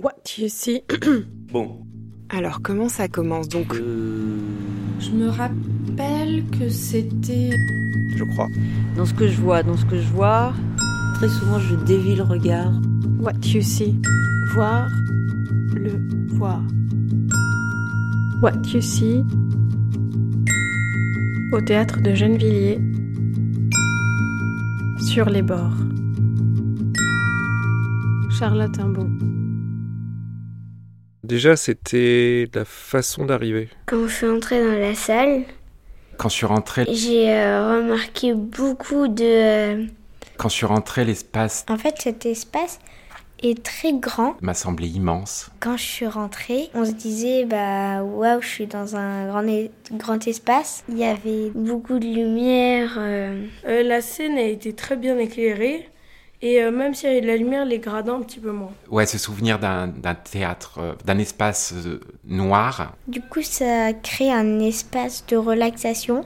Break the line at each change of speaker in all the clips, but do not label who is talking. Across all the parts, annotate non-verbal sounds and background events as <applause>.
What you see.
Bon.
Alors comment ça commence donc
Je me rappelle que c'était.
Je crois.
Dans ce que je vois, dans ce que je vois, très souvent je dévie le regard.
What you see. Voir. Le voir. What you see. Au théâtre de Gennevilliers. Sur les bords. Charlotte Imbaud.
Déjà, c'était la façon d'arriver.
Quand je suis entrée dans la salle,
Quand je suis rentré,
j'ai euh, remarqué beaucoup de... euh,
quand je suis rentré, l'espace
En fait, cet espace est très grand.
m'a semblé immense.
Quand je suis rentrée, on se disait, bah waouh, je suis dans un grand, é- grand espace. Il y avait beaucoup de lumière. euh,
Euh, la scène a été très bien éclairée et euh, même s'il y avait de la lumière, les gradins un petit peu moins.
Ouais, ce souvenir d'un d'un théâtre, euh, d'un espace euh, noir.
Du coup, ça crée un espace de relaxation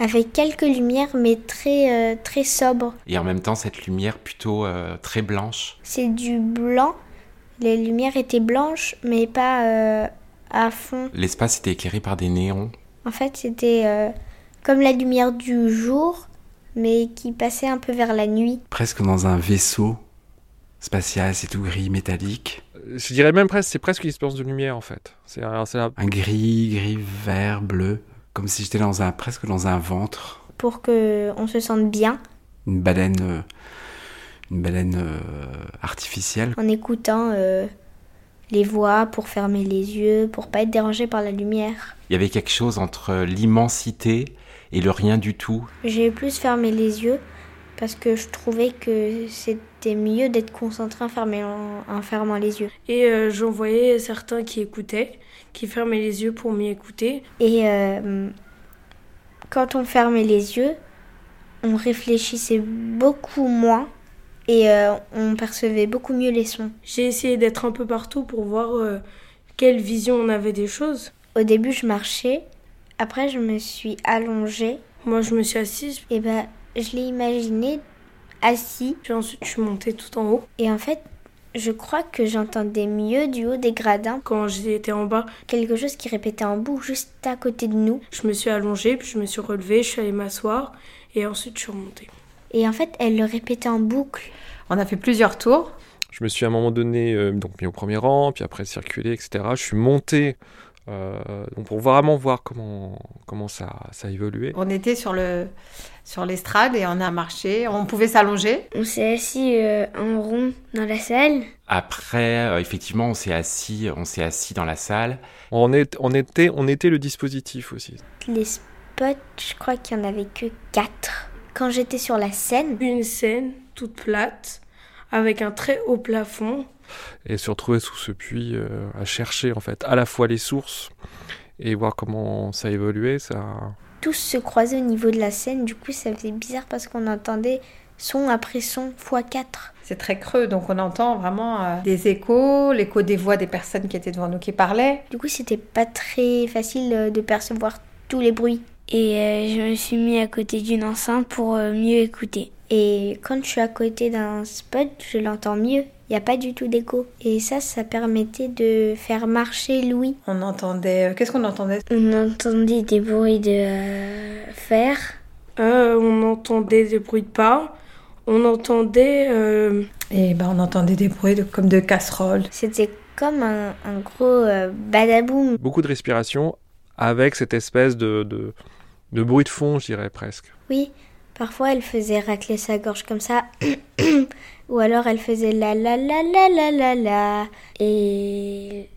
avec quelques lumières, mais très, euh, très sobre.
Et en même temps, cette lumière plutôt euh, très blanche.
C'est du blanc. Les lumières étaient blanches, mais pas euh, à fond.
L'espace était éclairé par des néons.
En fait, c'était euh, comme la lumière du jour, mais qui passait un peu vers la nuit.
Presque dans un vaisseau spatial, c'est tout gris, métallique.
Je dirais même presque, c'est presque une expérience de lumière en fait. C'est un- c'est un-
Un gris, gris, vert, bleu. Comme si j'étais dans un, presque dans un ventre.
Pour que on se sente bien
Une baleine, euh, une baleine euh, artificielle.
en écoutant euh, les voix, pour fermer les yeux, pour pas être dérangé par la lumière.
Il y avait quelque chose entre l'immensité et le rien du tout.
J'ai plus fermé les yeux parce que je trouvais que c'était mieux d'être concentré en fermant, en fermant les yeux.
Et euh, j'en voyais certains qui écoutaient, qui fermaient les yeux pour m'y écouter.
Et euh, quand on fermait les yeux, on réfléchissait beaucoup moins et euh, on percevait beaucoup mieux les sons.
J'ai essayé d'être un peu partout pour voir euh, quelle vision on avait des choses.
Au début, je marchais, après, je me suis allongée
Moi, je me suis assise,
et ben, je l'ai imaginé assis
puis ensuite je suis montée tout en haut.
et en fait, je crois que j'entendais mieux du haut des gradins
Quand j'étais en bas,
quelque chose qui répétait en boucle juste à côté de nous.
je me suis allongée, puis je me suis relevée, je suis allée m'asseoir et ensuite je suis remontée.
Et en fait, elle le répétait en boucle.
On a fait plusieurs tours.
Je me suis à un moment donné euh, donc mis au premier rang, puis après circulé, etc. Je suis monté euh, donc pour vraiment voir comment, comment ça, ça évoluait.
On était sur le sur l'estrade et on a marché. On pouvait s'allonger.
On s'est assis euh, en rond dans la salle.
Après, euh, effectivement, on s'est assis, on s'est assis dans la salle.
On, est, on, était, on était le dispositif aussi.
Les spots, je crois qu'il y en avait que 4. Quand j'étais sur la scène,
Une scène toute plate, avec un très haut plafond.
Et se retrouver sous ce puits euh, à chercher en fait à la fois les sources et voir comment ça évoluait. Ça...
tous se croisaient au niveau de la scène, du coup ça faisait bizarre parce qu'on entendait son après son x 4.
C'est très creux, donc on entend vraiment euh, des échos, l'écho des voix des personnes qui étaient devant nous qui parlaient.
Du coup c'était pas très facile euh, de percevoir tous les bruits. Et euh, je me suis mis à côté d'une enceinte pour euh, mieux écouter. Et quand je suis à côté d'un spot, je l'entends mieux. Il n'y a pas du tout d'écho. Et ça, ça permettait de faire marcher Louis.
On entendait. euh, Qu'est-ce qu'on entendait
On entendait des bruits de fer.
Euh, on entendait des bruits de pas, on entendait euh,
Et ben on entendait des bruits de- comme de casseroles.
C'était comme un, un gros euh, badaboum.
Beaucoup de respiration avec cette espèce de, de, de bruit de fond, je dirais presque.
Oui, parfois elle faisait racler sa gorge comme ça. <coughs> Ou alors elle faisait la la la la la la la. Et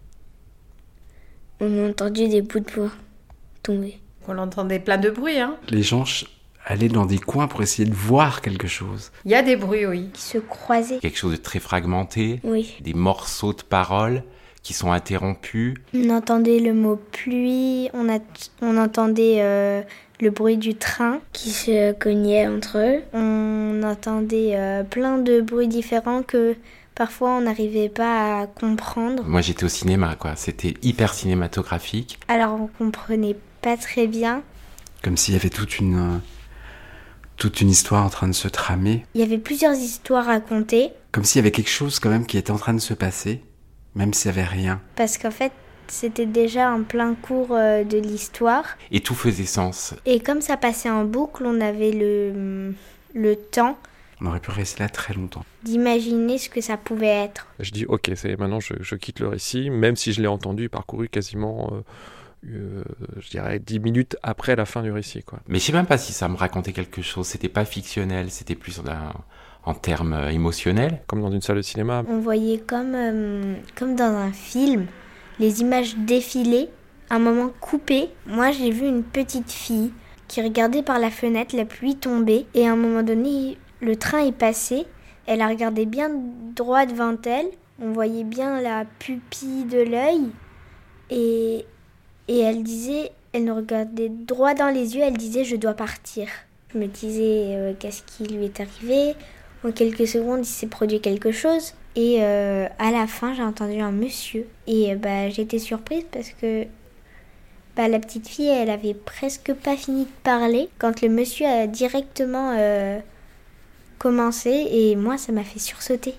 on a entendu des bouts de bois tomber.
On entendait plein de bruits. Hein.
Les gens ch- allaient dans des coins pour essayer de voir quelque chose.
Il y a des bruits, oui.
Qui se croisaient.
Quelque chose de très fragmenté,
Oui.
des morceaux de paroles qui sont interrompus.
On entendait le mot pluie, on, a- on entendait euh, le bruit du train qui se cognait entre eux. On entendait euh, plein de bruits différents que parfois on n'arrivait pas à comprendre.
Moi, j'étais au cinéma, quoi. C'était hyper cinématographique.
Alors on comprenait pas très bien.
Comme s'il y avait toute une, euh, toute une histoire en train de se tramer.
Il y avait plusieurs histoires à raconter.
Comme s'il y avait quelque chose quand même qui était en train de se passer, même s'il n'y avait rien.
Parce qu'en fait, c'était déjà en plein cours euh, de l'histoire.
Et tout faisait sens.
Et comme ça passait en boucle, on avait le, le temps
On aurait pu rester là très longtemps.
d'imaginer ce que ça pouvait être.
Je dis ok, ça y est, maintenant je, je quitte le récit, même si je l'ai entendu et parcouru quasiment, euh, euh, je dirais, 10 minutes après la fin du récit. Quoi.
Mais je sais même pas si ça me racontait quelque chose. C'était pas fictionnel, c'était plus d'un- en termes euh, émotionnels.
Comme dans une salle de cinéma.
On voyait comme, euh, comme dans un film les images défiler, un moment coupé. Moi, j'ai vu une petite fille qui regardait par la fenêtre la pluie tomber et à un moment donné, le train est passé. Elle a regardé bien droit devant elle. On voyait bien la pupille de l'œil et, et elle disait, elle nous regardait droit dans les yeux, elle disait je dois partir. Je me disais euh, qu'est-ce qui lui est arrivé. En quelques secondes, il s'est produit quelque chose. Et euh, à la fin, j'ai entendu un monsieur. Et euh, bah, j'étais surprise parce que bah, la petite fille, elle avait presque pas fini de parler quand le monsieur a directement euh, commencé. Et moi, ça m'a fait sursauter.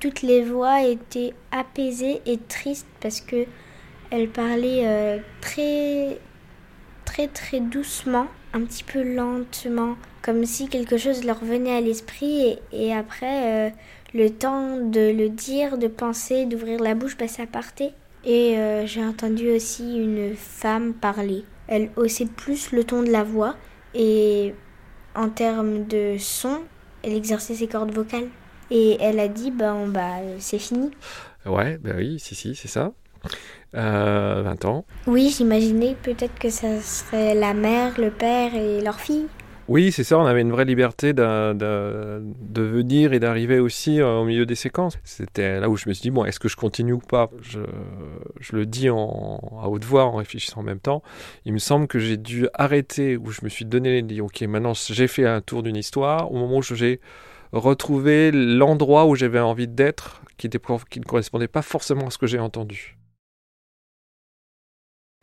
Toutes les voix étaient apaisées et tristes parce que elle parlait euh, très, très, très doucement, un petit peu lentement, comme si quelque chose leur venait à l'esprit. Et, et après, euh, le temps de le dire, de penser, d'ouvrir la bouche, bah, ça partait. Et euh, j'ai entendu aussi une femme parler. Elle haussait plus le ton de la voix et en termes de son, elle exerçait ses cordes vocales. Et elle a dit, ben bah, c'est fini.
Ouais, bah oui, si, si, c'est ça. Euh, 20 ans.
Oui, j'imaginais peut-être que ça serait la mère, le père et leur fille.
Oui, c'est ça, on avait une vraie liberté d'a- d'a- de venir et d'arriver aussi euh, au milieu des séquences. C'était là où je me suis dit, bon, est-ce que je continue ou pas je, je le dis en, à haute voix en réfléchissant en même temps. Il me semble que j'ai dû arrêter où je me suis donné les ok, maintenant j'ai fait un tour d'une histoire, au moment où j'ai retrouvé l'endroit où j'avais envie d'être, qui, était- qui ne correspondait pas forcément à ce que j'ai entendu.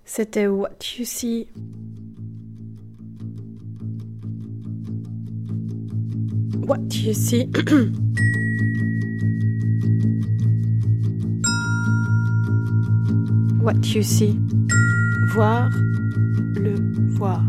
C'était What You See. What You See. <clears throat> What You See. Voir le voir.